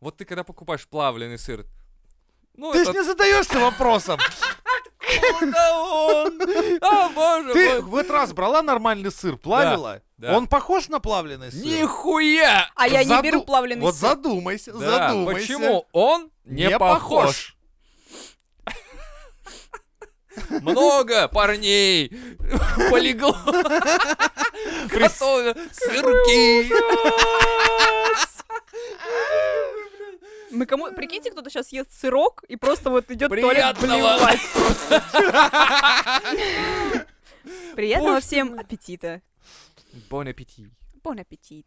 Вот ты когда покупаешь плавленый сыр, ну Ты ж это... не задаешься вопросом. Да он! А, боже Ты мой! в этот раз брала нормальный сыр, плавила. да. Он похож на плавленый сыр? Нихуя! А я не Заду- беру плавленый Вот сыр. задумайся, Да, задумайся. почему он не похож? Много парней полегло. Готовы сырки. Мы кому... Прикиньте, кто-то сейчас ест сырок и просто вот идет туалет Приятного. блевать. Приятного Боже всем аппетита. Бон аппетит. Бон аппетит.